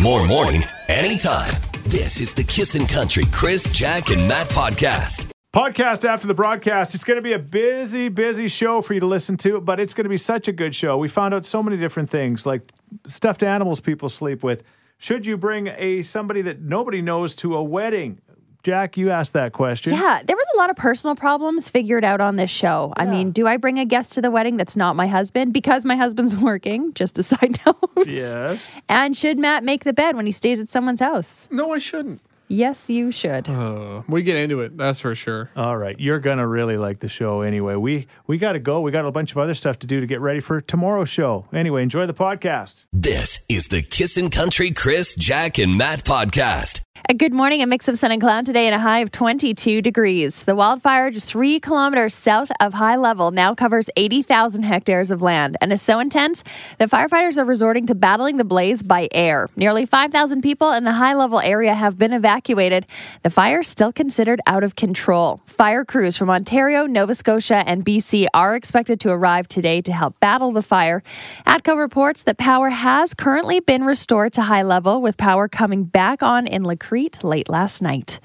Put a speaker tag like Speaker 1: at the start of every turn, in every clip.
Speaker 1: more morning, anytime. This is the Kissin' Country Chris, Jack, and Matt podcast.
Speaker 2: Podcast after the broadcast. It's going to be a busy, busy show for you to listen to, but it's going to be such a good show. We found out so many different things, like stuffed animals people sleep with. Should you bring a somebody that nobody knows to a wedding? Jack, you asked that question.
Speaker 3: Yeah, there was a lot of personal problems figured out on this show. I mean, do I bring a guest to the wedding that's not my husband because my husband's working? Just a side note.
Speaker 2: Yes.
Speaker 3: And should Matt make the bed when he stays at someone's house?
Speaker 4: No, I shouldn't.
Speaker 3: Yes, you should.
Speaker 4: Uh, we get into it, that's for sure.
Speaker 2: All right, you're gonna really like the show anyway. We we got to go. We got a bunch of other stuff to do to get ready for tomorrow's show. Anyway, enjoy the podcast.
Speaker 1: This is the Kissin' Country Chris, Jack, and Matt podcast.
Speaker 3: A good morning, a mix of sun and cloud today and a high of 22 degrees. The wildfire just three kilometers south of high level now covers 80,000 hectares of land and is so intense that firefighters are resorting to battling the blaze by air. Nearly 5,000 people in the high level area have been evacuated. The fire is still considered out of control. Fire crews from Ontario, Nova Scotia, and BC are expected to arrive today to help battle the fire. ATCO reports that power has currently been restored to high level with power coming back on in La Crete late last night.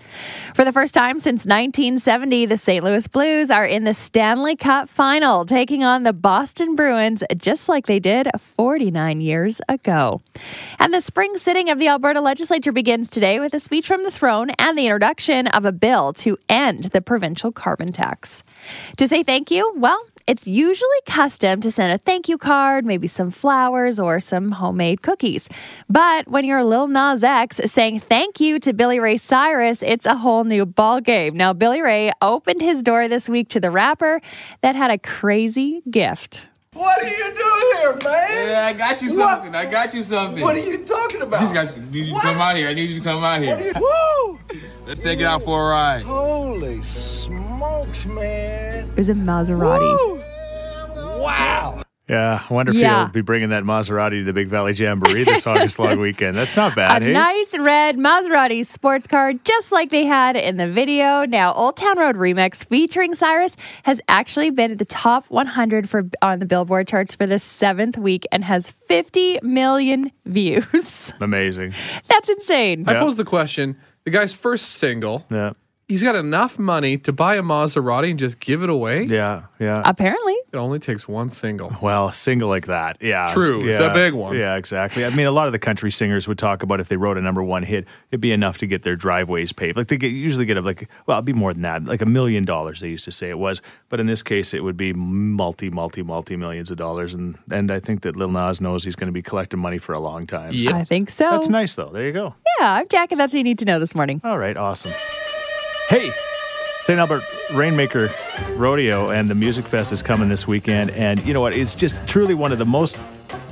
Speaker 3: For the first time since 1970, the St. Louis Blues are in the Stanley Cup final, taking on the Boston Bruins just like they did 49 years ago. And the spring sitting of the Alberta legislature begins today with a speech from the throne and the introduction of a bill to end the provincial carbon tax. To say thank you, well, it's usually custom to send a thank you card, maybe some flowers or some homemade cookies. But when you're Lil Nas X saying thank you to Billy Ray Cyrus, it's a whole new ballgame. Now, Billy Ray opened his door this week to the rapper that had a crazy gift.
Speaker 5: What are you doing here, man?
Speaker 6: Yeah, I got you
Speaker 5: What?
Speaker 6: something. I got you something.
Speaker 5: What are you talking about?
Speaker 6: Just got you. Need you to
Speaker 5: What?
Speaker 6: come out here. I need you to come out
Speaker 5: What are
Speaker 6: here.
Speaker 5: you- Woo!
Speaker 6: Let's take it out for a ride.
Speaker 5: Holy smokes, man.
Speaker 3: It was a Maserati.
Speaker 5: Woo! Wow.
Speaker 2: Yeah, I wonder if
Speaker 3: Yeah.
Speaker 2: you'll be bringing that Maserati to the Big Valley Jamboree this August long weekend. That's not bad,
Speaker 3: a
Speaker 2: hey?
Speaker 3: nice red Maserati sports car, just like they had in the video. Now, Old Town Road Remix featuring Cyrus has actually been at the top 100 for on the Billboard charts for the seventh week and has 50 million views.
Speaker 2: Amazing.
Speaker 3: That's insane.
Speaker 4: I pose the question the guy's first single,
Speaker 2: Yeah,
Speaker 4: he's got enough money to buy a Maserati and just give it away.
Speaker 2: yeah, Oh. yeah.
Speaker 3: Apparently,
Speaker 4: It only takes one single.
Speaker 2: Well, single like that, yeah.
Speaker 4: True,
Speaker 2: yeah,
Speaker 4: it's a big one.
Speaker 2: Yeah, exactly. I mean, a lot of the country singers would talk about if they wrote a number one hit, it'd be enough to get their driveways paved. Like they get, usually get like, well, it'd be more than that, like a million dollars. They used to say it was, but in this case, it would be multi, multi, multi millions of dollars. And and I think that Lil Nas knows he's going to be collecting money for a long time.
Speaker 4: Yeah.
Speaker 3: I think so.
Speaker 2: That's nice though. There you go.
Speaker 3: Yeah, I'm Jack, and that's what you need to know this morning.
Speaker 2: All right, awesome. Hey, St. Albert Rainmaker Rodeo and the Music Fest is coming this weekend. And you know what? It's just truly one of the most,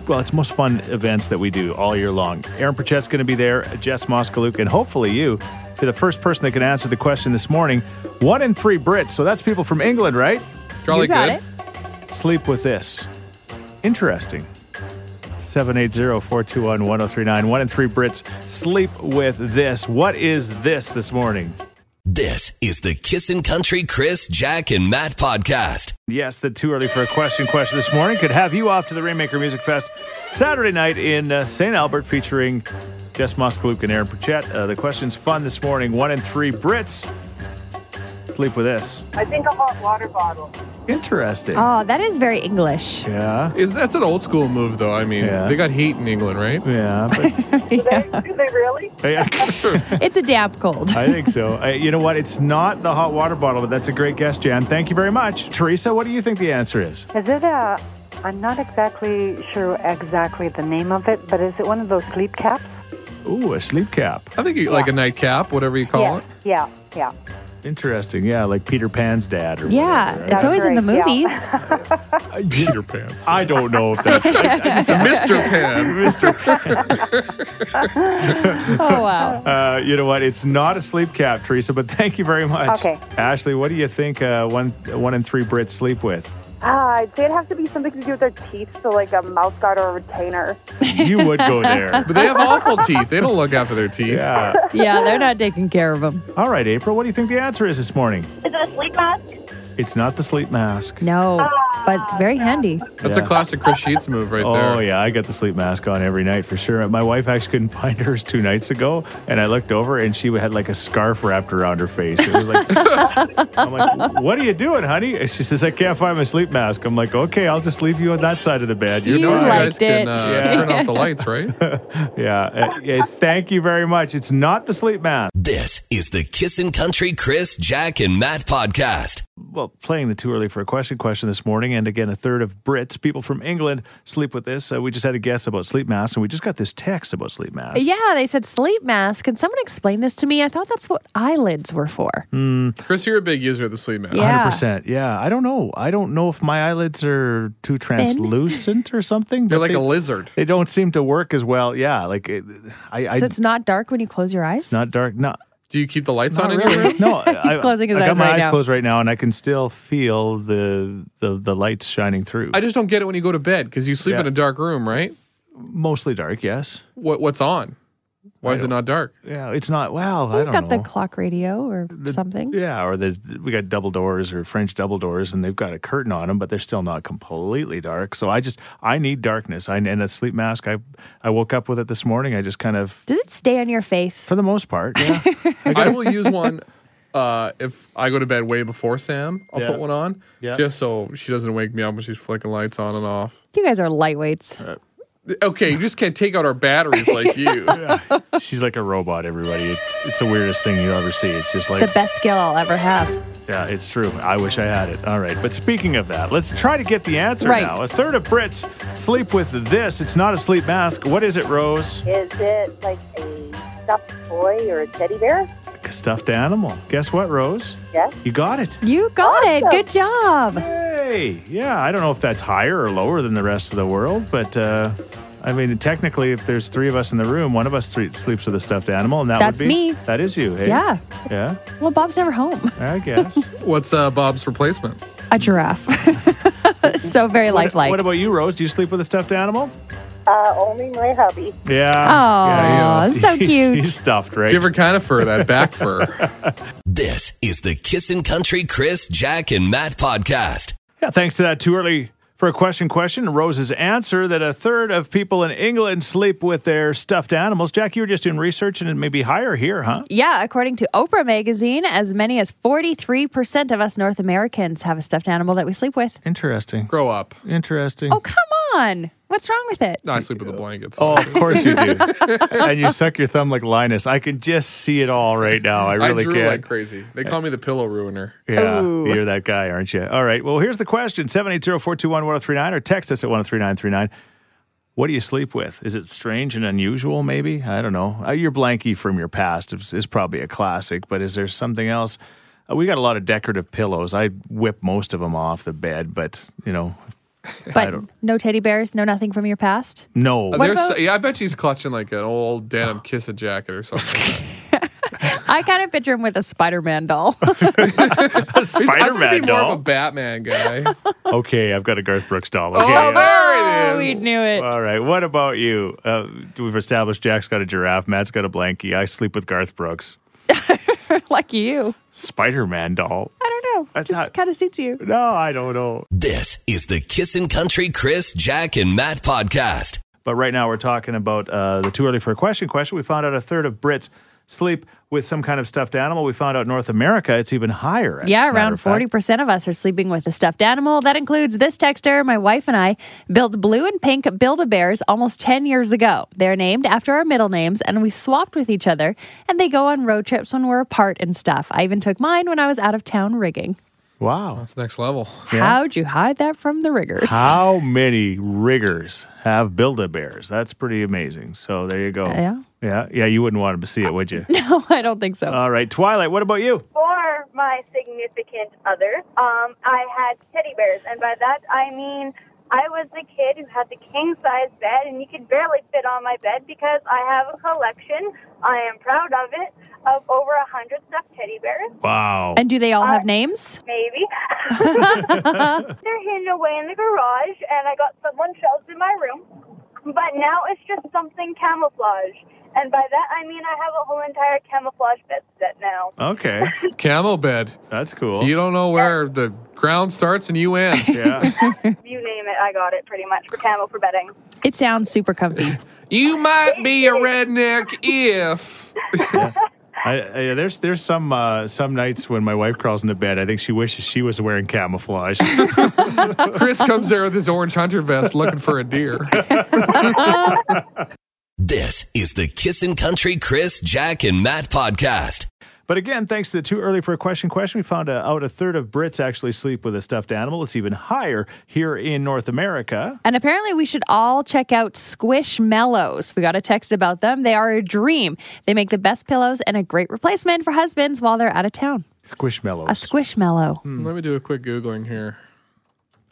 Speaker 2: well, it's most fun events that we do all year long. Aaron Perchette's going to be there, Jess Moskaluk, and hopefully you. To the first person that can answer the question this morning, one in three Brits. So that's people from England, right?
Speaker 4: Jolly
Speaker 3: you got
Speaker 4: good.
Speaker 3: it.
Speaker 2: Sleep with this. Interesting. 780-421-1039. One in three Brits sleep with this. What is this this morning?
Speaker 1: This is the Kissin' Country Chris, Jack, and Matt podcast.
Speaker 2: Yes, the too early for a question question this morning could have you off to the Rainmaker Music Fest Saturday night in uh, St. Albert featuring Jess Moskaluk and Aaron Pritchett. Uh, the question's fun this morning. One in three Brits sleep with this.
Speaker 7: I think a hot water bottle.
Speaker 2: Interesting.
Speaker 3: Oh, that is very English.
Speaker 2: Yeah,
Speaker 4: Is, that's an old school move, though. I mean,
Speaker 2: Yeah.
Speaker 4: they got heat in England, right?
Speaker 2: yeah. But,
Speaker 7: Do they, do they really?
Speaker 2: yeah.
Speaker 3: It's a damp cold.
Speaker 2: I think so. I, you know what? It's not the hot water bottle, but that's a great guess, Jan. Thank you very much. Teresa, what do you think the answer is?
Speaker 8: Is it a? I'm not exactly sure exactly the name of it, but is it one of those sleep caps?
Speaker 2: Ooh, a sleep cap.
Speaker 4: I think you, like a nightcap, whatever you call
Speaker 8: yeah,
Speaker 4: it.
Speaker 8: yeah, yeah.
Speaker 2: Interesting. Yeah, like Peter Pan's dad or
Speaker 3: Yeah,
Speaker 2: whatever,
Speaker 3: it's
Speaker 2: right?
Speaker 3: always in the
Speaker 8: right, yeah.
Speaker 3: movies.
Speaker 4: Peter Pants.
Speaker 2: I don't know if that's
Speaker 4: Mr. Pan.
Speaker 2: Mr. Pan.
Speaker 3: Oh, wow.
Speaker 2: Uh, you know what? It's not a sleep cap, Teresa, but thank you very much.
Speaker 8: Okay.
Speaker 2: Ashley, what do you think uh, one one in three Brits sleep with?
Speaker 7: Uh, they'd have to be something to do with their teeth, so like a mouth guard or a retainer.
Speaker 2: You would go there.
Speaker 4: But they have awful teeth. They don't look after their teeth.
Speaker 2: yeah.
Speaker 3: Yeah, they're not taking care of them.
Speaker 2: All right, April, what do you think the answer is this morning?
Speaker 7: Is it a sleep mask?
Speaker 2: It's not the sleep mask.
Speaker 3: No, but very handy.
Speaker 4: That's
Speaker 2: Yeah.
Speaker 4: a classic Chris Sheets move right there.
Speaker 2: Oh yeah, I got the sleep mask on every night for sure. My wife actually couldn't find hers two nights ago, and I looked over and she had like a scarf wrapped around her face. It was like, I'm like, what are you doing, honey? And she says, I can't find my sleep mask. I'm like, okay, I'll just leave you on that side of the bed. You're
Speaker 3: You
Speaker 4: No,
Speaker 2: fine."
Speaker 4: you guys
Speaker 3: liked
Speaker 4: can
Speaker 3: it.
Speaker 4: uh,
Speaker 2: Yeah.
Speaker 4: turn off the lights, right?
Speaker 2: yeah, uh, yeah. Thank you very much. It's not the sleep mask.
Speaker 1: This is the Kissin' Country Chris, Jack, and Matt podcast.
Speaker 2: well, playing the too early for a question question this morning. And again, a third of Brits, people from England, sleep with this. Uh, we just had a guess about sleep masks, and we just got this text about sleep masks.
Speaker 3: Yeah, they said sleep mask. Can someone explain this to me? I thought that's what eyelids were for.
Speaker 2: Mm,
Speaker 4: Chris, you're a big user of the sleep mask.
Speaker 3: Yeah.
Speaker 2: 100%. Yeah. I don't know. I don't know if my eyelids are too translucent or something.
Speaker 4: You're
Speaker 2: but
Speaker 4: like
Speaker 2: they,
Speaker 4: a lizard.
Speaker 2: They don't seem to work as well. Yeah. Like, it, I, I
Speaker 3: So it's not dark when you close your eyes?
Speaker 2: it's not dark. No.
Speaker 4: Do you keep the lights
Speaker 2: Not
Speaker 4: on in your
Speaker 2: really.
Speaker 4: room?
Speaker 2: No, he's I,
Speaker 3: closing his
Speaker 2: I
Speaker 3: eyes
Speaker 2: got my
Speaker 3: right
Speaker 2: eyes
Speaker 3: now.
Speaker 2: closed right now, and I can still feel the the, the lights shining through.
Speaker 4: I just don't get it when you go to bed because you sleep
Speaker 2: Yeah.
Speaker 4: in a dark room, right?
Speaker 2: Mostly dark, yes.
Speaker 4: What What's on? Why is it not dark?
Speaker 2: Yeah, it's not. Wow, I
Speaker 3: We've
Speaker 2: don't
Speaker 3: got
Speaker 2: know.
Speaker 3: the clock radio or something.
Speaker 2: Yeah, or the, we got double doors or French double doors, and they've got a curtain on them, but they're still not completely dark. So I just I need darkness. I and a sleep mask. I I woke up with it this morning. I just kind of
Speaker 3: Does it stay on your face?
Speaker 2: for the most part. Yeah,
Speaker 4: I will use one uh, if I go to bed way before Sam. I'll
Speaker 2: Yeah.
Speaker 4: put one on
Speaker 2: Yeah.
Speaker 4: just so she doesn't wake me up when she's flicking lights on and off.
Speaker 3: You guys are lightweights.
Speaker 2: Uh,
Speaker 4: Okay, you just can't take out our batteries like you.
Speaker 2: she's like a robot. Everybody, it, it's the weirdest thing you'll ever see. It's just
Speaker 3: It's
Speaker 2: like
Speaker 3: the best skill I'll ever have.
Speaker 2: yeah, it's true. I wish I had it. All right, but speaking of that, let's try to get the answer
Speaker 3: Right.
Speaker 2: now. A third of Brits sleep with this. It's not a sleep mask. What is it, Rose?
Speaker 7: Is it like a stuffed toy or a teddy bear?
Speaker 2: A stuffed animal. Guess what, Rose?
Speaker 7: Yes.
Speaker 2: You got it.
Speaker 3: You got it. Good job.
Speaker 2: Hey, yeah, I don't know if that's higher or lower than the rest of the world, but uh, I mean, technically, if there's three of us in the room, one of us three sleeps with a stuffed animal, and that
Speaker 3: That's
Speaker 2: would be
Speaker 3: me.
Speaker 2: That is you. Hey?
Speaker 3: Yeah.
Speaker 2: yeah,
Speaker 3: Well, Bob's never home.
Speaker 2: I guess.
Speaker 4: What's uh, Bob's replacement?
Speaker 3: A giraffe. so very lifelike.
Speaker 2: What about you, Rose? Do you sleep with a stuffed animal?
Speaker 7: Uh, only my hubby.
Speaker 2: Yeah.
Speaker 3: Aw,
Speaker 2: he's-
Speaker 3: so
Speaker 2: he's-
Speaker 3: cute.
Speaker 2: He's stuffed, right?
Speaker 4: Different kind of fur, that back fur.
Speaker 1: This is the Kissin' Country Chris, Jack, and Matt podcast.
Speaker 2: Yeah, thanks to that too early for a question question. Rose's answer that a third of people in England sleep with their stuffed animals. Jack, you were just doing research and it may be higher here, huh?
Speaker 3: Yeah, according to Oprah magazine, as many as 43% of us North Americans have a stuffed animal that we sleep with.
Speaker 2: Interesting.
Speaker 4: Grow up.
Speaker 2: Interesting.
Speaker 3: Oh, come on. What's wrong with it?
Speaker 4: No, I sleep with a blanket. so
Speaker 2: Oh, of course you do. and you suck your thumb like Linus. I can just see it all right now. I
Speaker 4: I
Speaker 2: really
Speaker 4: drew
Speaker 2: can.
Speaker 4: like crazy. They call me the pillow ruiner.
Speaker 2: yeah,
Speaker 3: Ooh.
Speaker 2: you're that guy, aren't you? All right. Well, here's the question 780 421 1039 or text us at 103939. What do you sleep with? Is it strange and unusual, maybe? I don't know. Uh, your blankie from your past is, is probably a classic, but is there something else? Uh, we got a lot of decorative pillows. I whip most of them off the bed, but, you know,
Speaker 3: But no teddy bears, no nothing from your past?
Speaker 2: no.
Speaker 4: There's,
Speaker 3: about-
Speaker 4: yeah, I bet she's clutching like an old denim kissing jacket or something. like that.
Speaker 3: I kind of picture him with a Spider Man doll.
Speaker 4: I thought he'd
Speaker 2: Spider-Man
Speaker 4: be more of a
Speaker 2: doll.
Speaker 4: Batman guy.
Speaker 2: Okay, I've got a Garth Brooks doll. Okay,
Speaker 4: Oh,
Speaker 2: yeah.
Speaker 4: there it
Speaker 3: we
Speaker 4: is.
Speaker 3: knew it.
Speaker 2: All right. What about you? Uh, we've established Jack's got a giraffe. Matt's got a blankie. I sleep with Garth Brooks.
Speaker 3: Lucky you.
Speaker 2: Spider Man doll.
Speaker 3: I don't know.
Speaker 2: I
Speaker 3: Just
Speaker 2: thought-
Speaker 3: kind of suits you.
Speaker 2: No, I don't know.
Speaker 1: This is the Kissin' Country Chris, Jack, and Matt podcast.
Speaker 2: But right now we're talking about uh, the too early for a question question. We found out a third of Brits sleep with some kind of stuffed animal. We found out North America, it's even higher. as a
Speaker 3: Yeah,
Speaker 2: matter
Speaker 3: around
Speaker 2: of fact.
Speaker 3: 40% of us are sleeping with a stuffed animal. That includes this texter. My wife and I built blue and pink Build a Bears almost 10 years ago. They're named after our middle names, and we swapped with each other, and they go on road trips when we're apart and stuff. I even took mine when I was out of town rigging.
Speaker 2: Wow.
Speaker 4: That's next level.
Speaker 3: How'd you hide that from the riggers?
Speaker 2: How many riggers have Build a Bears? That's pretty amazing. So there you go.
Speaker 3: Yeah.
Speaker 2: Yeah. Yeah. You wouldn't want to see it, would you?
Speaker 3: No, I don't think so.
Speaker 2: All right. Twilight, what about you?
Speaker 7: For my significant other, um, I had teddy bears, and by that I mean I was the kid who had the king size bed, and you could barely fit on my bed because I have a collection. I am proud of it of over a hundred stuffed teddy bears,
Speaker 2: Wow.
Speaker 3: and do they all have names?
Speaker 7: maybe. They're hidden away in the garage, and I got someone shelves in my room. But now it's just something camouflage, And by that, I mean I have a whole entire camouflage bed set now.
Speaker 2: Okay,
Speaker 4: Camel bed.
Speaker 2: that's cool.
Speaker 4: You don't know where the ground starts and you end.
Speaker 2: yeah,
Speaker 7: You name it, I got it pretty much for camel for bedding.
Speaker 3: It sounds super comfy.
Speaker 4: you might be a redneck if.
Speaker 2: I, I, there's there's some uh, some nights when my wife crawls into bed, I think she wishes she was wearing camouflage.
Speaker 4: Chris comes there with his orange hunter vest looking for a deer.
Speaker 1: This is the Kissin' Country Chris, Jack, and Matt podcast.
Speaker 2: But again, thanks to the too early for a question question, we found uh, out a third of Brits actually sleep with a stuffed animal. It's even higher here in North America.
Speaker 3: And apparently, we should all check out Squishmallows. We got a text about them. They are a dream. They make the best pillows and a great replacement for husbands while they're out of town.
Speaker 2: Squishmallows.
Speaker 3: A Squishmallow.
Speaker 2: Hmm.
Speaker 4: Hmm, Let me do a quick Googling here.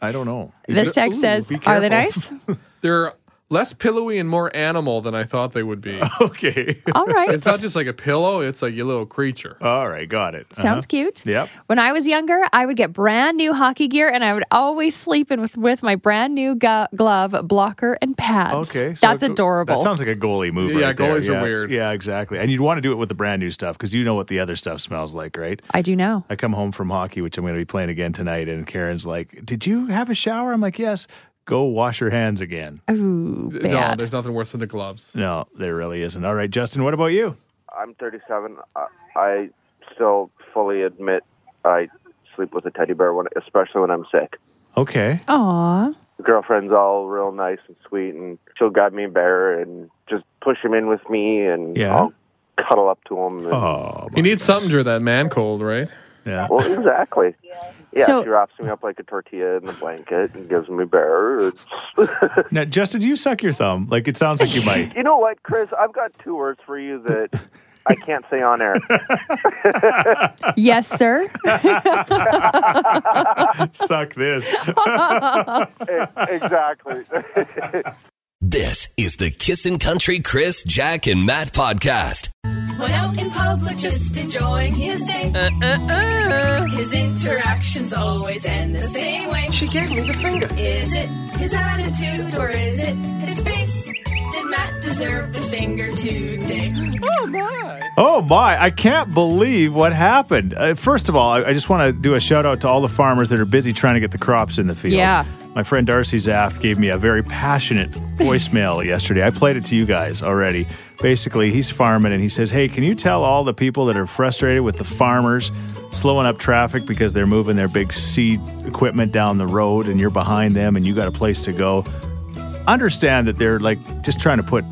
Speaker 2: I don't know.
Speaker 3: This text
Speaker 4: Ooh,
Speaker 3: says,
Speaker 2: be
Speaker 3: Are they nice?
Speaker 2: careful."
Speaker 4: They're less pillowy and more animal than I thought they would be.
Speaker 2: Okay.
Speaker 3: All right.
Speaker 2: Uh-huh.
Speaker 4: It's not just like a pillow, it's like a little creature.
Speaker 2: All right. Got it. Uh-huh.
Speaker 3: Sounds cute.
Speaker 2: Yep.
Speaker 3: When I was younger, I would get brand new hockey gear and I would always sleep in with, with my brand new gu- glove, blocker, and pads.
Speaker 2: Okay. so
Speaker 3: That's
Speaker 2: go-
Speaker 3: adorable.
Speaker 2: That sounds like a goalie move.
Speaker 4: Yeah,
Speaker 2: right there.
Speaker 4: goalies are
Speaker 2: Yeah,
Speaker 4: weird.
Speaker 2: Yeah, exactly. And you'd want to do it with the brand new stuff because you know what the other stuff smells like, right?
Speaker 3: I do know.
Speaker 2: I come home from hockey, which I'm going to be playing again tonight, and Karen's like, "Did you have a shower?" I'm like, "Yes." Go wash your hands again.
Speaker 3: Oh. Ooh,
Speaker 4: No,
Speaker 3: bad.
Speaker 4: there's nothing worse than the gloves.
Speaker 2: No, there really isn't. All right, Justin, what about you?
Speaker 9: I'm 37. I, I still fully admit I sleep with a teddy bear, when, especially when I'm sick.
Speaker 2: Okay.
Speaker 3: Aw.
Speaker 9: The girlfriend's all real nice and sweet, and she'll grab me a bear and just push him in with me, and
Speaker 2: Yeah.
Speaker 9: I'll cuddle up to him. And,
Speaker 2: Oh,
Speaker 4: You need something during that man cold, right?
Speaker 2: yeah.
Speaker 9: Well, exactly. Yeah,
Speaker 3: So-
Speaker 9: she wraps me up like a tortilla in the blanket and gives me bear. It's-
Speaker 2: Now, Justin, do you suck your thumb? Like it sounds like you might.
Speaker 9: you know what, Chris? I've got two words for you that I can't say on air.
Speaker 3: Yes, sir.
Speaker 2: suck this.
Speaker 9: exactly.
Speaker 1: This is the Kissin' Country Chris, Jack, and Matt podcast.
Speaker 10: When out in public, just enjoying his day. His interactions always end the same way. She gave me the finger. Is it his attitude or is it his face? Did Matt deserve the finger today?
Speaker 2: Oh my! I can't believe what happened. Uh, first of all, I, I just want to do a shout out to all the farmers that are busy trying to get the crops in the field.
Speaker 3: Yeah.
Speaker 2: My friend Darcy Zaft gave me a very passionate voicemail yesterday. I played it to you guys already. Basically, he's farming and he says, "Hey, can you tell all the people that are frustrated with the farmers slowing up traffic because they're moving their big seed equipment down the road and you're behind them and you got a place to go?" Understand that they're like just trying to put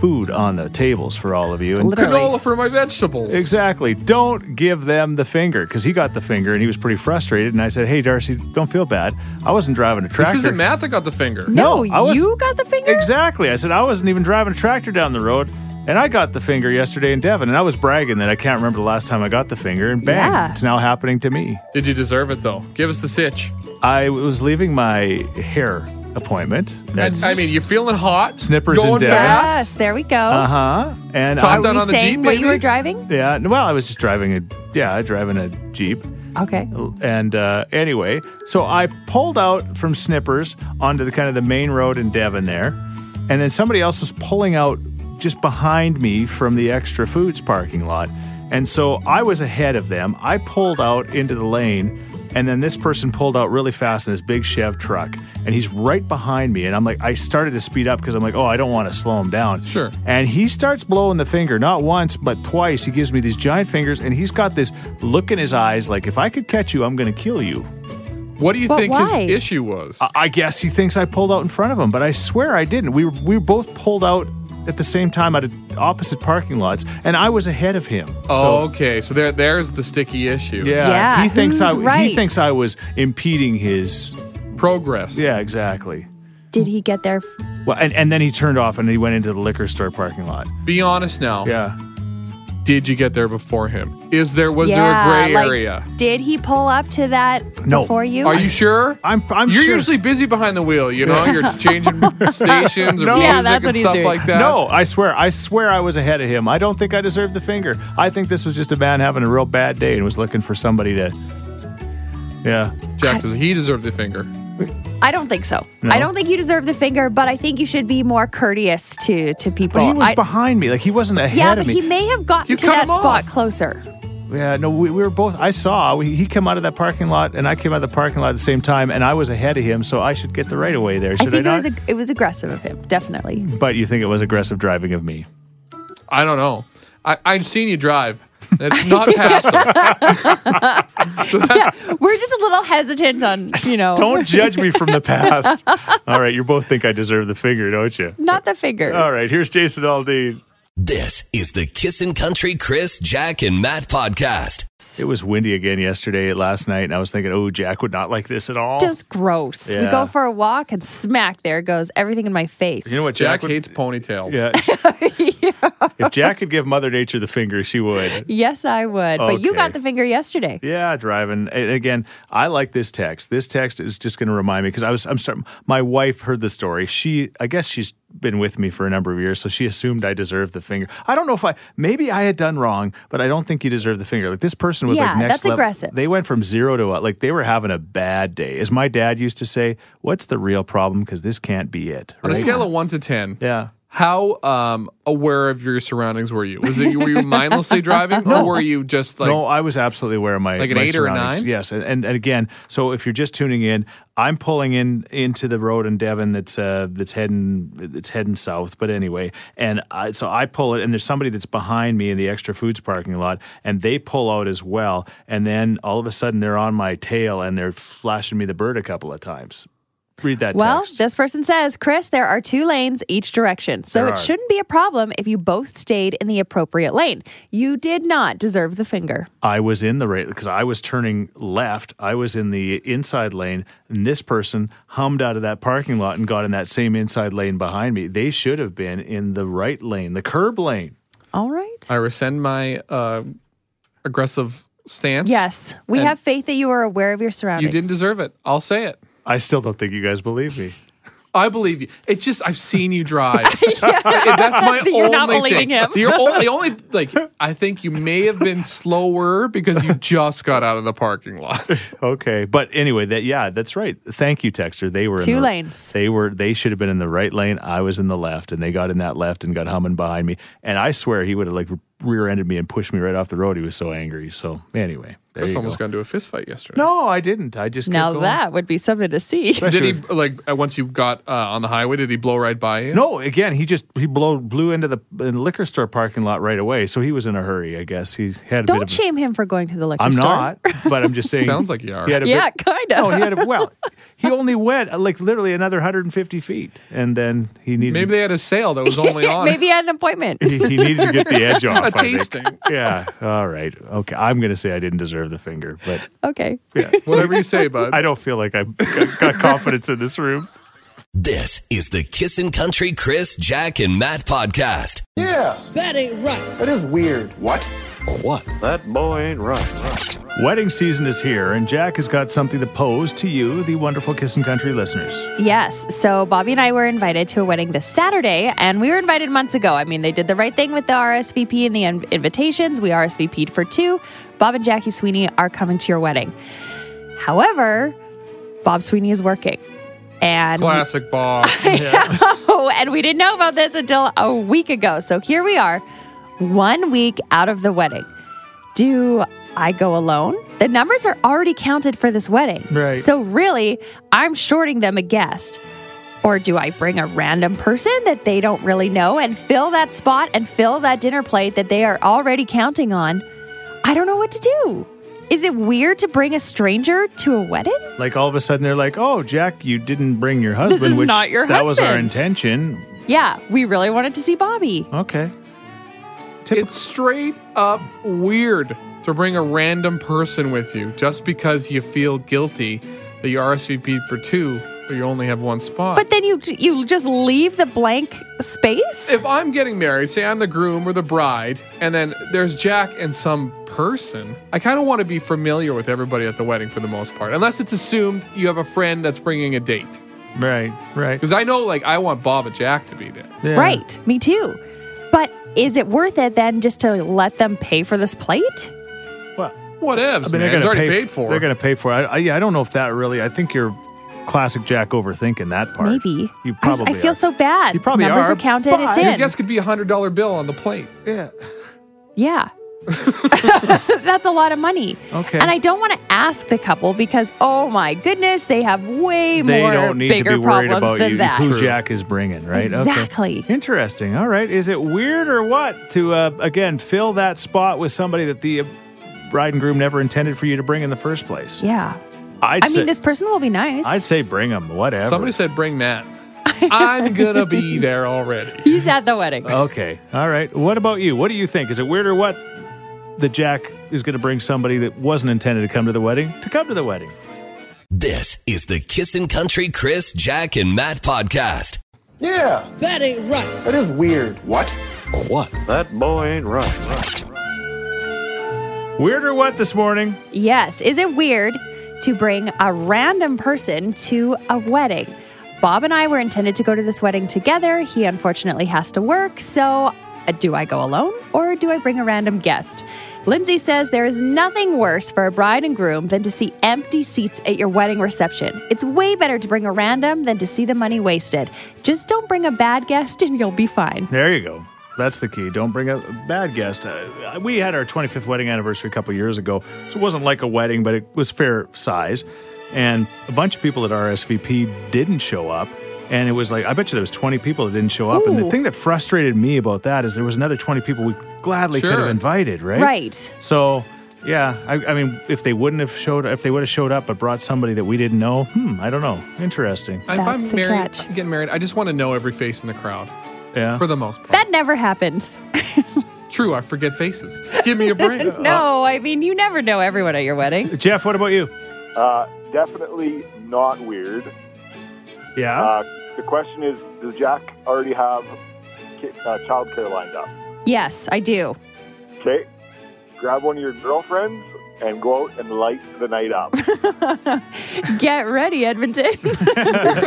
Speaker 2: food on the tables for all of you and
Speaker 3: Literally.
Speaker 4: Canola for my vegetables.
Speaker 2: Exactly. Don't give them the finger because he got the finger and he was pretty frustrated. And I said, "Hey, Darcy, don't feel bad. I wasn't driving a tractor."
Speaker 4: This isn't Matt that got the finger.
Speaker 3: No,
Speaker 2: No, I was-
Speaker 3: you got the finger?
Speaker 2: Exactly. I said I wasn't even driving a tractor down the road, and I got the finger yesterday in Devon, and I was bragging that I can't remember the last time I got the finger, and bang,
Speaker 3: Yeah.
Speaker 2: it's now happening to me.
Speaker 4: Did you deserve it though? Give us the sitch.
Speaker 2: I was leaving my hair appointment.
Speaker 4: I,
Speaker 2: That's,
Speaker 4: I mean, you feeling hot?
Speaker 2: Snippers and
Speaker 4: going
Speaker 2: dab.
Speaker 4: fast.
Speaker 3: Yes, there we go.
Speaker 2: uh huh. And
Speaker 4: Top
Speaker 2: I,
Speaker 3: Are
Speaker 4: down
Speaker 3: we
Speaker 4: on the
Speaker 3: saying
Speaker 4: Jeep,
Speaker 3: what you
Speaker 4: maybe?
Speaker 3: were driving?
Speaker 2: yeah, well, I was just driving a yeah, driving a jeep.
Speaker 3: Okay.
Speaker 2: and uh, anyway, so I pulled out from Snippers onto the kind of the main road in Devon there, and then somebody else was pulling out just behind me from the extra foods parking lot, and so I was ahead of them. I pulled out into the lane, and then this person pulled out really fast in this big Chev truck, and he's right behind me, and I'm like, I started to speed up because I'm like, oh, I don't want to slow him down.
Speaker 4: Sure.
Speaker 2: And he starts blowing the finger, not once, but twice. He gives me these giant fingers, and he's got this look in his eyes like, if I could catch you, I'm going to kill you.
Speaker 4: What do you
Speaker 3: But
Speaker 4: think
Speaker 3: why?
Speaker 4: his issue was?
Speaker 2: I guess he thinks I pulled out in front of him, but I swear I didn't. We were, we were both pulled out at the same time out of opposite parking lots, and I was ahead of him.
Speaker 4: oh, okay. So there, there's the sticky issue.
Speaker 2: So, yeah.
Speaker 3: Yeah,
Speaker 2: he thinks I
Speaker 3: who's right?
Speaker 2: he thinks I was impeding his.
Speaker 4: Progress.
Speaker 2: Yeah, exactly.
Speaker 3: Did he get there?
Speaker 2: Well, and, and then he turned off and he went into the liquor store parking lot.
Speaker 4: Be honest now.
Speaker 2: Yeah.
Speaker 4: Did you get there before him? Is there was
Speaker 3: yeah,
Speaker 4: there a gray
Speaker 3: like,
Speaker 4: area?
Speaker 3: Did he pull up to that
Speaker 2: No.
Speaker 3: before you?
Speaker 4: Are you sure?
Speaker 2: I'm I'm
Speaker 4: You're
Speaker 2: sure-
Speaker 4: usually busy behind the wheel. You know, you're changing stations or
Speaker 2: No.
Speaker 4: music
Speaker 2: Yeah,
Speaker 3: that's what
Speaker 4: and
Speaker 3: he's
Speaker 4: stuff
Speaker 3: doing.
Speaker 4: like that.
Speaker 2: No, I swear, I swear I was ahead of him. I don't think I deserved the finger. I think this was just a man having a real bad day and was looking for somebody to. Yeah.
Speaker 4: Jack does. He deserved the finger.
Speaker 3: I don't think so.
Speaker 2: No?
Speaker 3: I don't think you deserve the finger, but I think you should be more courteous to to people.
Speaker 2: But he was
Speaker 3: I-
Speaker 2: behind me. Like he wasn't ahead
Speaker 3: yeah,
Speaker 2: of
Speaker 3: but
Speaker 2: me.
Speaker 3: he may have gotten
Speaker 2: You
Speaker 3: to
Speaker 2: cut
Speaker 3: that
Speaker 2: him off.
Speaker 3: spot closer.
Speaker 2: Yeah, no, we, we were both. I saw we, he came out of that parking lot, and I came out of the parking lot at the same time, and I was ahead of him, so I should get the right of way there,
Speaker 3: I
Speaker 2: should I,
Speaker 3: think it
Speaker 2: not?
Speaker 3: was ag- it was aggressive of him, definitely.
Speaker 2: but you think it was aggressive driving of me?
Speaker 4: I don't know. I, I've seen you drive. That's not passive.
Speaker 3: We're just a little hesitant on you know.
Speaker 2: Don't judge me from the past. All right, you both think I deserve the finger, don't you?
Speaker 3: Not the finger.
Speaker 2: All right, here's Jason Aldean.
Speaker 1: This is the Kissin' Country Chris, Jack, and Matt podcast.
Speaker 2: It was windy again yesterday, last night, and I was thinking, oh, Jack would not like this at all.
Speaker 3: Just gross. We
Speaker 2: Yeah.
Speaker 3: go for a walk and smack. There goes everything in my face.
Speaker 2: you know what, Jack?
Speaker 4: Jack hates ponytails.
Speaker 2: yeah. If Jack could give Mother Nature the finger, she would.
Speaker 3: Yes, I would. But you
Speaker 2: Okay.
Speaker 3: got the finger yesterday.
Speaker 2: Yeah, driving. And again, I like this text. This text is just going to remind me because I was. I'm starting. My wife heard the story. She, I guess, she's been with me for a number of years, so she assumed I deserved the finger. I don't know if I. Maybe I had done wrong, but I don't think you deserve the finger. Like this person was like
Speaker 3: Yeah,
Speaker 2: next
Speaker 3: that's
Speaker 2: level.
Speaker 3: aggressive.
Speaker 2: They went from zero to uh, like they were having a bad day. As my dad used to say, "What's the real problem? Because this can't be it."
Speaker 4: On a
Speaker 2: right?
Speaker 4: scale of one to ten,
Speaker 2: yeah.
Speaker 4: how um, aware of your surroundings were you? Was it were you mindlessly driving, or were you just like
Speaker 2: no, I was absolutely aware of my
Speaker 4: Like an
Speaker 2: my
Speaker 4: eight or a
Speaker 2: surroundings.
Speaker 4: nine?
Speaker 2: Yes, and, and and again, so if you're just tuning in, I'm pulling in into the road in Devon that's uh, that's heading that's heading south. But anyway, and I, so I pull it, and there's somebody that's behind me in the extra foods parking lot, and they pull out as well, and then all of a sudden they're on my tail and they're flashing me the bird a couple of times. Read that
Speaker 3: Well,
Speaker 2: text.
Speaker 3: this person says, Chris, there are two lanes each direction, so
Speaker 2: There
Speaker 3: it
Speaker 2: are.
Speaker 3: shouldn't be a problem if you both stayed in the appropriate lane. You did not deserve the finger.
Speaker 2: I was in the right because I was turning left. I was in the inside lane, and this person hummed out of that parking lot and got in that same inside lane behind me. They should have been in the right lane, the curb lane.
Speaker 3: All right.
Speaker 4: I rescind my uh, aggressive stance?
Speaker 3: Yes, we
Speaker 4: And-
Speaker 3: have faith that you are aware of your
Speaker 4: You
Speaker 3: surroundings.
Speaker 4: didn't deserve it. I'll say it.
Speaker 2: I still don't think you guys believe me.
Speaker 4: I believe you. It's just I've seen you drive. Like, That's my
Speaker 3: You're
Speaker 4: only
Speaker 3: not believing
Speaker 4: thing.
Speaker 3: him.
Speaker 4: You're only, only like I think you may have been slower because you just got out of the parking lot.
Speaker 2: Okay, but anyway, that yeah, that's right. Thank you, Texter. They were in
Speaker 3: Two
Speaker 2: the-
Speaker 3: lanes.
Speaker 2: They were. They should have been in the right lane. I was in the left, and they got in that left and got humming behind me. And I swear he would have like rear-ended me and pushed me right off the road. He was so angry. So anyway, there
Speaker 4: Chris
Speaker 2: you
Speaker 4: almost
Speaker 2: go.
Speaker 4: got into a fist fight yesterday.
Speaker 2: No, I didn't. I just kept
Speaker 3: Now
Speaker 2: going.
Speaker 3: that would be something to see.
Speaker 4: Did he like uh, once you got uh, on the highway? Did he blow right by you?
Speaker 2: No, again, he just he blow, blew into the in the liquor store parking lot right away, so he was in a hurry. I guess he had a bit
Speaker 3: Don't
Speaker 2: of. a-
Speaker 3: shame him for going to the liquor
Speaker 2: I'm
Speaker 3: store.
Speaker 2: not, but I'm just saying.
Speaker 4: Sounds like you are.
Speaker 2: He had a
Speaker 3: Yeah,
Speaker 2: bit-
Speaker 3: kind of.
Speaker 2: no, he had a, well, he only went uh, like literally another 150 feet, and then he needed
Speaker 4: Maybe they had a sale that was only on
Speaker 3: Maybe he had an appointment.
Speaker 2: he, he needed to get the edge off. I
Speaker 4: a
Speaker 2: think.
Speaker 4: tasting.
Speaker 2: Yeah. All right. Okay. I'm gonna say I didn't deserve the finger, but
Speaker 3: okay.
Speaker 4: Whatever you say, bud.
Speaker 2: I don't feel like I've got- got confidence in this room.
Speaker 1: This is the Kissin' Country Chris, Jack, and Matt podcast.
Speaker 5: Yeah. That ain't right. That is weird. What?
Speaker 2: Wedding season is here, and Jack has got something to pose to you, the wonderful Kissin' Country listeners.
Speaker 3: Yes. So Bobby and I were invited to a wedding this Saturday, and we were invited months ago. I mean, they did the right thing with the RSVP and the in- invitations. We RSVP'd for two. Bob and Jackie Sweeney are coming to your wedding. However, Bob Sweeney is working. And
Speaker 4: Classic Bob.
Speaker 3: Oh, and we didn't know about this until a week ago. So here we are, one week out of the wedding. Do I go alone? The numbers are already counted for this wedding.
Speaker 2: Right.
Speaker 3: So really, I'm shorting them a guest. Or do I bring a random person that they don't really know and fill that spot and fill that dinner plate that they are already counting on? I don't know what to do. Is it weird to bring a stranger to a wedding?
Speaker 2: Like all of a sudden they're like, "Oh, Jack, you didn't bring your husband."
Speaker 3: is
Speaker 2: which
Speaker 3: not your
Speaker 2: that was our
Speaker 3: husband.
Speaker 2: intention.
Speaker 3: Yeah, we really wanted to see Bobby.
Speaker 2: Okay.
Speaker 4: it's straight up weird to bring a random person with you just because you feel guilty that you RSVP'd for two, but you only have one spot.
Speaker 3: But then you you just leave the blank space.
Speaker 4: if I'm getting married, say I'm the groom or the bride, and then there's Jack and some person, I kind of want to be familiar with everybody at the wedding for the most part, unless it's assumed you have a friend that's bringing a date.
Speaker 2: Right. Right.
Speaker 4: Because I know, like, I want Bob and Jack to be there.
Speaker 2: Yeah.
Speaker 3: Right, me too. But is it worth it then just to let them pay for this plate?
Speaker 2: Well,
Speaker 4: What ifs,
Speaker 2: I mean,
Speaker 4: man?
Speaker 2: they're
Speaker 4: It's
Speaker 2: going to
Speaker 4: already
Speaker 2: pay
Speaker 4: paid for.
Speaker 2: They're going to pay for it. I, I, yeah, I don't know if that really. I think you're classic Jack overthinking that part.
Speaker 3: Maybe.
Speaker 2: You
Speaker 3: I, just- I
Speaker 2: probably
Speaker 3: feel
Speaker 2: are.
Speaker 3: so bad.
Speaker 2: You probably
Speaker 3: Numbers
Speaker 2: are,
Speaker 3: are counted. It's
Speaker 4: Your
Speaker 3: in.
Speaker 4: guess could be a hundred dollar bill on the plate.
Speaker 2: Yeah.
Speaker 3: Yeah. That's a lot of money.
Speaker 2: Okay.
Speaker 3: And I don't want to ask the couple because, oh my goodness, they have way
Speaker 2: they
Speaker 3: more
Speaker 2: don't need to
Speaker 3: bigger
Speaker 2: be worried
Speaker 3: problems
Speaker 2: about
Speaker 3: than
Speaker 2: you,
Speaker 3: that.
Speaker 2: who Jack is bringing, right? Okay.
Speaker 3: Exactly.
Speaker 2: Interesting. All right. Is it weird or what to uh, again fill that spot with somebody that the uh, bride and groom never intended for you to bring in the first place?
Speaker 3: Yeah.
Speaker 2: I'd
Speaker 3: I
Speaker 2: say,
Speaker 3: mean, this person will be nice.
Speaker 2: I'd say bring them. Whatever.
Speaker 4: Somebody said bring Matt. I'm gonna be there already.
Speaker 3: He's at the
Speaker 2: Oh,
Speaker 3: wedding.
Speaker 2: okay. All right. What about you? What do you think? Is it weird or what that Jack is going to bring somebody that wasn't intended to come to the wedding to come to the wedding?
Speaker 1: This is the Kissin' Country Chris, Jack, and Matt podcast.
Speaker 5: Yeah. That ain't right. That is weird. What? What?
Speaker 2: That boy ain't right. Weird or what this morning?
Speaker 3: Yes. Is it weird to bring a random person to a wedding? Bob and I were intended to go to this wedding together. He unfortunately has to work. So, uh, do I go alone or do I bring a random guest? Lindsay says there is nothing worse for a bride and groom than to see empty seats at your wedding reception. It's way better to bring a random than to see the money wasted. Just don't bring a bad guest and you'll be fine.
Speaker 2: There you go. That's the key. Don't bring a bad guest. Uh, we had our 25th wedding anniversary a couple years ago, so it wasn't like a wedding, but it was fair size. And a bunch of people at RSVP didn't show up. And it was like, I bet you there was 20 people that didn't show up. And the
Speaker 3: Ooh.
Speaker 2: thing that frustrated me about that is there was another 20 people we gladly could have
Speaker 4: Sure.
Speaker 2: invited, right?
Speaker 3: Right.
Speaker 2: So, yeah, I, I mean, if they wouldn't have showed, if they would have showed up but brought somebody that we didn't know, hmm, I don't know. Interesting.
Speaker 4: If I'm
Speaker 3: That's the
Speaker 4: married,
Speaker 3: catch.
Speaker 4: getting married, I just want to know every face in the crowd
Speaker 2: Yeah.
Speaker 4: for the most part.
Speaker 3: That never happens.
Speaker 4: True, I forget faces. Give me a break.
Speaker 3: no, I mean, you never know everyone at your wedding.
Speaker 2: Jeff, what about you?
Speaker 11: Uh, definitely not weird.
Speaker 2: Yeah.
Speaker 11: Uh, the question is, does Jack already have ki- uh, childcare lined up?
Speaker 3: Yes, I do.
Speaker 11: Okay, grab one of your girlfriends and go out and light the night up.
Speaker 3: Get ready, Edmonton.
Speaker 11: you got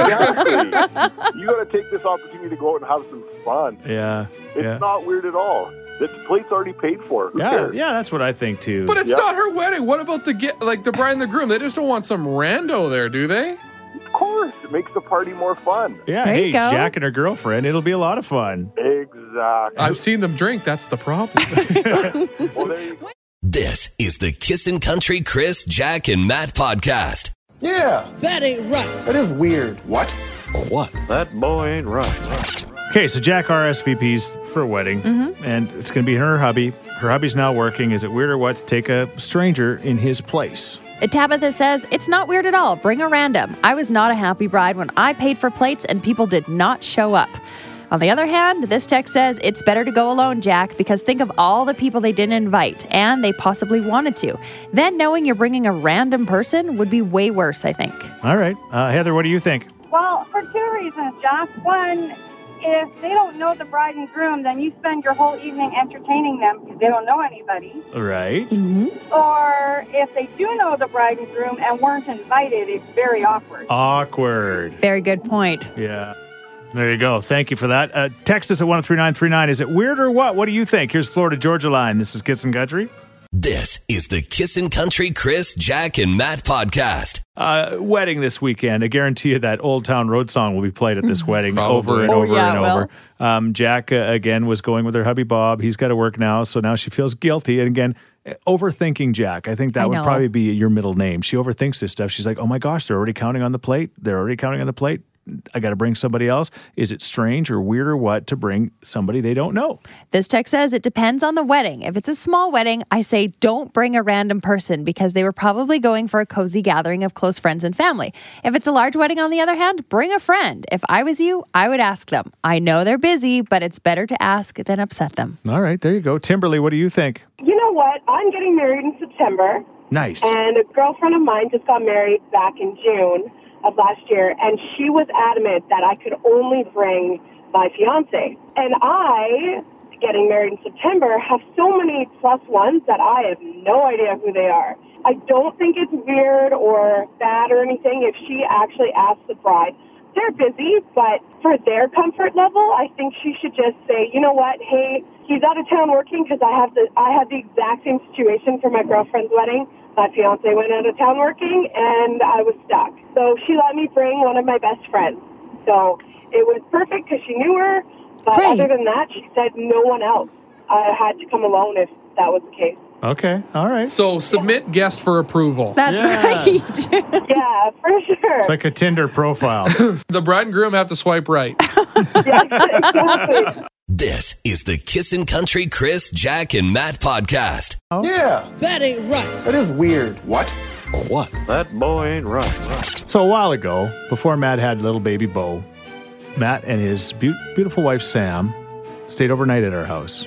Speaker 11: to take this opportunity to go out and have some fun.
Speaker 2: Yeah.
Speaker 11: It's
Speaker 2: yeah.
Speaker 11: not weird at all. The plate's already paid for. Who
Speaker 2: yeah,
Speaker 11: cares?
Speaker 2: yeah, that's what I think too.
Speaker 4: But it's
Speaker 11: Yeah.
Speaker 4: not her wedding. What about the get like the bride and the groom? They just don't want some rando there, do they?
Speaker 11: Of course, it makes the party more fun.
Speaker 2: Yeah,
Speaker 3: There you
Speaker 2: hey,
Speaker 3: go.
Speaker 2: Jack and her girlfriend. It'll be a lot of fun.
Speaker 11: Exactly.
Speaker 4: I've seen them drink. That's the problem.
Speaker 11: Well, there you
Speaker 1: This is the Kissin' Country Chris, Jack, and Matt podcast.
Speaker 5: Yeah. That ain't right. That is weird. What? What? That boy ain't right.
Speaker 2: Okay, so Jack RSVPs for a wedding,
Speaker 3: Mm-hmm.
Speaker 2: and it's going to be her and her hubby. Her hubby's now working. Is it weird or what to take a stranger in his place?
Speaker 3: Tabitha says, It's not weird at all. Bring a random. I was not a happy bride when I paid for plates and people did not show up. On the other hand, this text says, It's better to go alone, Jack, because think of all the people they didn't invite and they possibly wanted to. Then knowing you're bringing a random person would be way worse, I think.
Speaker 2: All right, uh, Heather, what do you think?
Speaker 7: Well, for two reasons, Josh. One, if they don't know the bride and groom, then you spend your whole evening entertaining them because they don't know anybody.
Speaker 2: All right,
Speaker 7: Or if they do know the bride and groom and weren't invited, it's very awkward.
Speaker 2: awkward.
Speaker 3: Very good point.
Speaker 2: Yeah, there you go. Thank you for that. Uh, text us at one three nine three nine. Is it weird or what? What do you think? Here's Florida Georgia line. This is Kiss and Country.
Speaker 1: This is the Kissin' Country Chris, Jack, and Matt podcast.
Speaker 2: uh, wedding this weekend. I guarantee you that Old Town Road song will be played at this wedding over and
Speaker 4: Oh,
Speaker 2: over
Speaker 3: Mm-hmm. yeah,
Speaker 2: and
Speaker 3: it will.
Speaker 2: over. Um, Jack, uh, again, was going with her hubby Bob. He's got to work now, so now she feels guilty. And again, uh, overthinking Jack. I think that
Speaker 3: I
Speaker 2: would
Speaker 3: know.
Speaker 2: probably be your middle name. She overthinks this stuff. She's like, oh my gosh, they're already counting on the plate. They're already counting on the plate. I got to bring somebody else. Is it strange or weird or what to bring somebody they don't know?
Speaker 3: This text says it depends on the wedding. If it's a small wedding, I say don't bring a random person because they were probably going for a cozy gathering of close friends and family. If it's a large wedding, on the other hand, bring a friend. If I was you, I would ask them. I know they're busy, but it's better to ask than upset them.
Speaker 2: All right, there you go. Timberly, what do you think?
Speaker 12: You know what? I'm getting married in September,
Speaker 2: Nice.
Speaker 12: and a girlfriend of mine just got married back in June of last year, and she was adamant that I could only bring my fiance. And I, getting married in September, have so many plus ones that I have no idea who they are. I don't think it's weird or bad or anything if she actually asks the bride. They're busy, but for their comfort level, I think she should just say, you know what, hey, he's out of town working because I have the I had the exact same situation for my girlfriend's wedding.
Speaker 13: My fiance went out of town working, and I was stuck. So she let me bring one of my best friends. So it was perfect because she knew her. But other than that, she said no one else. I had to come alone if that was the case.
Speaker 2: Okay. All right.
Speaker 4: So submit guest for approval.
Speaker 13: right. yeah, for sure.
Speaker 2: It's like a Tinder profile.
Speaker 4: the bride and groom have to swipe right.
Speaker 1: This is the Kissin' Country Chris, Jack, and Matt podcast.
Speaker 9: Yeah. That ain't right. That is weird. What?
Speaker 1: What?
Speaker 9: That boy ain't right.
Speaker 2: So a while ago, before Matt had little baby Bo, Matt and his beau beautiful wife Sam stayed overnight at our house.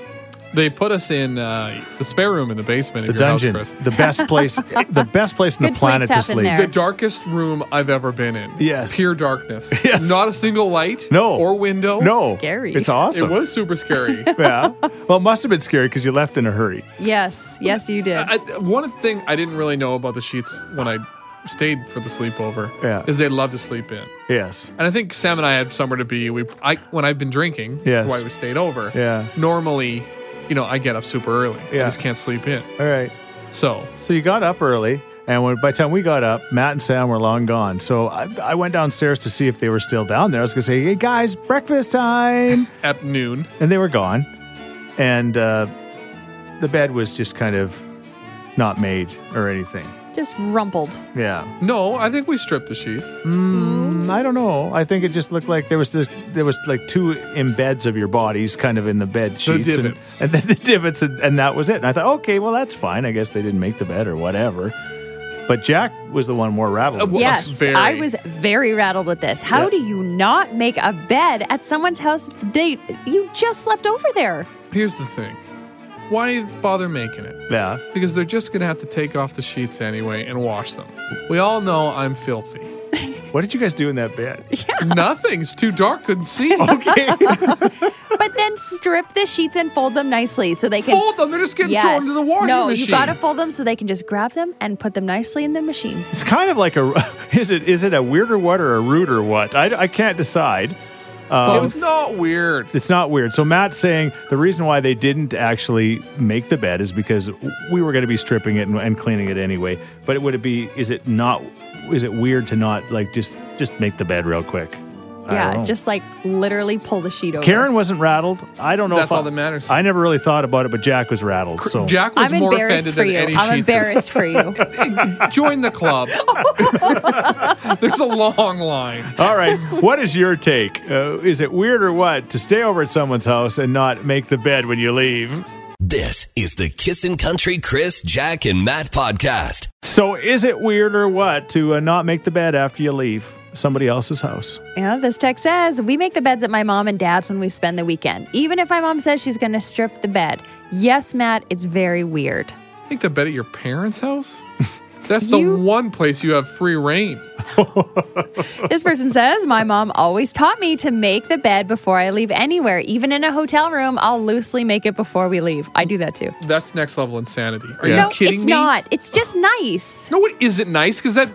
Speaker 4: They put us in uh, the spare room in the basement
Speaker 2: The
Speaker 4: of your
Speaker 2: dungeon,
Speaker 4: house, Chris.
Speaker 2: the best place, the best place on the planet to sleep.
Speaker 4: The darkest room I've ever been in.
Speaker 2: Yes.
Speaker 4: Pure darkness. Yes. Not a single light.
Speaker 2: No.
Speaker 4: Or window.
Speaker 2: No. Scary. It's awesome.
Speaker 4: It was super scary.
Speaker 2: yeah. Well, it must have been scary because you left in a hurry.
Speaker 3: Yes, yes, you did.
Speaker 4: I, one thing I didn't really know about the sheets when I stayed for the sleepover
Speaker 2: Yeah.
Speaker 4: is they love to sleep in.
Speaker 2: Yes.
Speaker 4: And I think Sam and I had somewhere to be. We, I, when I've been drinking,
Speaker 2: Yes.
Speaker 4: that's why we stayed over.
Speaker 2: Yeah.
Speaker 4: Normally, you know, I get up super early.
Speaker 2: Yeah.
Speaker 4: I just can't sleep in.
Speaker 2: All right.
Speaker 4: So.
Speaker 2: So you got up early, and when, by the time we got up, Matt and Sam were long gone. So I, I went downstairs to see if they were still down there. I was going to say, "Hey guys, breakfast time,"
Speaker 4: at noon,
Speaker 2: and they were gone. And uh, the bed was just kind of not made or anything.
Speaker 3: Just rumpled.
Speaker 2: Yeah.
Speaker 4: No, I think we stripped the sheets.
Speaker 2: Mm, I don't know. I think it just looked like there was this, there was like two embeds of your bodies kind of in the bed sheets, and-
Speaker 4: divots.
Speaker 2: And, then the divots, and, and that was it. And I thought, okay, well that's fine. I guess they didn't make the bed or whatever. But Jack was the one more
Speaker 4: Uh,
Speaker 2: rattled. with us.
Speaker 3: yes, I was very rattled with this. How
Speaker 2: Yeah.
Speaker 3: do you not make a bed at someone's house at the date you just slept over there?
Speaker 4: Here's the thing. Why bother making it?
Speaker 2: Yeah.
Speaker 4: Because they're just going to have to take off the sheets anyway and wash them. We all know I'm filthy.
Speaker 2: What did you guys do in that bed?
Speaker 4: Nothing. It's too dark. Couldn't see.
Speaker 2: Okay.
Speaker 3: But then strip the sheets and fold them nicely so they can
Speaker 4: Fold them? They're just getting
Speaker 3: yes.
Speaker 4: thrown to the washing
Speaker 3: no,
Speaker 4: machine.
Speaker 3: you gotta fold them so they can just grab them and put them nicely in the machine.
Speaker 2: It's kind of like a is it is it a weirder what or a ruder what? I, I can't decide.
Speaker 4: It
Speaker 2: Um,
Speaker 4: was not weird.
Speaker 2: It's not weird. So Matt's saying the reason why they didn't actually make the bed is because we were going to be stripping it and, and cleaning it anyway. But it would it be? Is it not? Is it weird to not like just just make the bed real quick? I don't
Speaker 3: Yeah,
Speaker 2: know.
Speaker 3: just like literally pull the sheet over.
Speaker 2: Karen wasn't rattled. I don't know.
Speaker 4: That's
Speaker 2: if I-
Speaker 4: all that matters.
Speaker 2: I never really thought about it, but Jack was rattled. So
Speaker 4: Jack was
Speaker 3: I'm
Speaker 4: more
Speaker 3: embarrassed
Speaker 4: offended
Speaker 3: for
Speaker 4: than
Speaker 3: you.
Speaker 4: any
Speaker 3: I'm
Speaker 4: sheets.
Speaker 3: embarrassed for you.
Speaker 4: Join the club. There's a long line.
Speaker 2: All right. What is your take? Uh, is it weird or what to stay over at someone's house and not make the bed when you leave?
Speaker 1: This is the Kissin' Country Chris, Jack, and Matt podcast.
Speaker 2: So, is it weird or what to uh, not make the bed after you leave somebody else's house?
Speaker 3: Yeah, this text says we make the beds at my mom and dad's when we spend the weekend. Even if my mom says she's going to strip the bed. Yes, Matt, it's very weird.
Speaker 4: I think the bed at your parents' house? That's the one place you have free reign.
Speaker 3: This person says my mom always taught me to make the bed before I leave anywhere, even in a hotel room. I'll loosely make it before we leave. I do that too.
Speaker 4: That's next level insanity. Are
Speaker 3: no,
Speaker 4: you kidding
Speaker 3: it's
Speaker 4: me?
Speaker 3: not. It's just nice.
Speaker 4: No, it isn't nice because that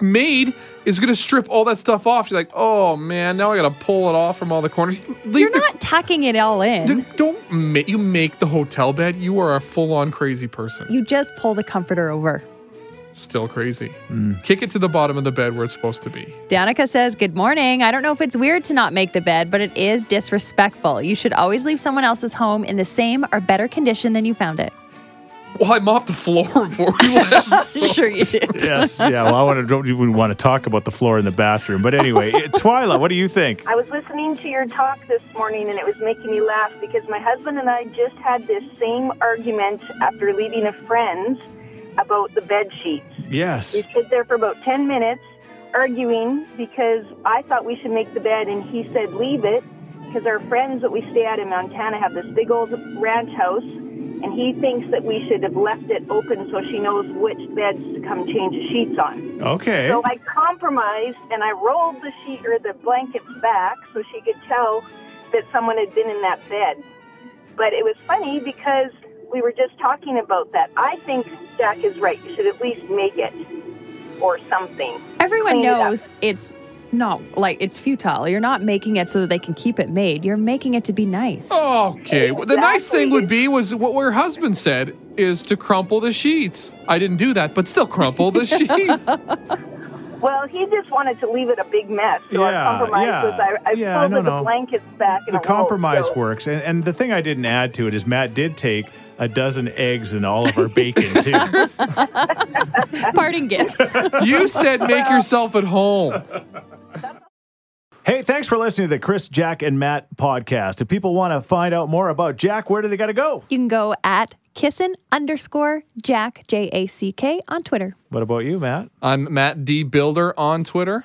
Speaker 4: maid is going to strip all that stuff off. She's like, oh man, now I got to pull it off from all the corners. Leave
Speaker 3: You're not tucking it all in.
Speaker 4: the, don't ma- you make the hotel bed? You are a full on crazy person.
Speaker 3: you just pull the comforter over.
Speaker 4: Still crazy. Kick it to the bottom of the bed where it's supposed to be.
Speaker 3: Danica says, Good morning. I don't know if it's weird to not make the bed, but it is disrespectful. You should always leave someone else's home in the same or better condition than you found it.
Speaker 4: Well, I mopped the floor before we left. so-
Speaker 3: sure you did.
Speaker 2: Yes. yeah. Well, I want to, don't even want to talk about the floor in the bathroom. But anyway, Twyla, what do you think?
Speaker 7: I was listening to your talk this morning and it was making me laugh because my husband and I just had this same argument after leaving a friend's about the bed sheets.
Speaker 2: Yes.
Speaker 7: We stood there for about 10 minutes arguing because I thought we should make the bed and he said leave it because our friends that we stay at in Montana have this big old ranch house and he thinks that we should have left it open so she knows which beds to come change the sheets on.
Speaker 2: Okay.
Speaker 7: So I compromised and I rolled the sheet or the blankets back so she could tell that someone had been in that bed. But it was funny because we were just talking about that. I think Jack is right. You should at least make it or something.
Speaker 3: Everyone
Speaker 7: Clean it up.
Speaker 3: knows it's not like it's futile. You're not making it so that they can keep it made. You're making it to be nice.
Speaker 4: Okay. Well, the nice thing would be was what her husband said is to crumple the sheets. I didn't do that, but still crumple the sheets.
Speaker 14: Well, he just wanted to leave it a big mess. So our
Speaker 2: Yeah,
Speaker 14: compromise
Speaker 2: yeah.
Speaker 14: was I, I
Speaker 2: Yeah,
Speaker 14: folded
Speaker 2: no, no.
Speaker 14: the blankets back in
Speaker 2: the
Speaker 14: a roll,
Speaker 2: compromise
Speaker 14: so-
Speaker 2: works. And, and the thing I didn't add to it is Matt did take a dozen eggs and all of our bacon too.
Speaker 3: Parting gifts.
Speaker 4: you said make yourself at home.
Speaker 2: Hey, thanks for listening to the Chris, Jack, and Matt podcast. If people want to find out more about Jack, where do they got to go?
Speaker 3: You can go at kissin underscore Jack J A C K on Twitter.
Speaker 2: What about you, Matt?
Speaker 4: I'm Matt D Builder on Twitter.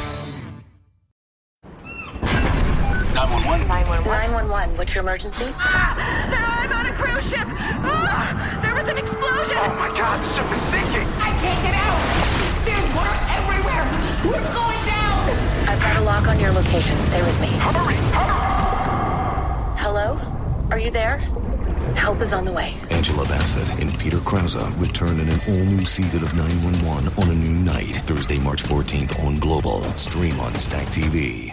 Speaker 15: 911. 911. What's your emergency?
Speaker 16: Ah, I'm on a cruise ship. Ah, there was an explosion.
Speaker 15: Oh my God, the ship is sinking.
Speaker 16: I can't get out. There's water everywhere. We're going down.
Speaker 15: I've got a lock on your location. Stay with me. Hurry! Hello? Are you there? Help is on the way.
Speaker 17: Angela Bassett and Peter Krause return in an all-new season of 911 on a new night, Thursday, March 14th on Global. Stream on Stack TV.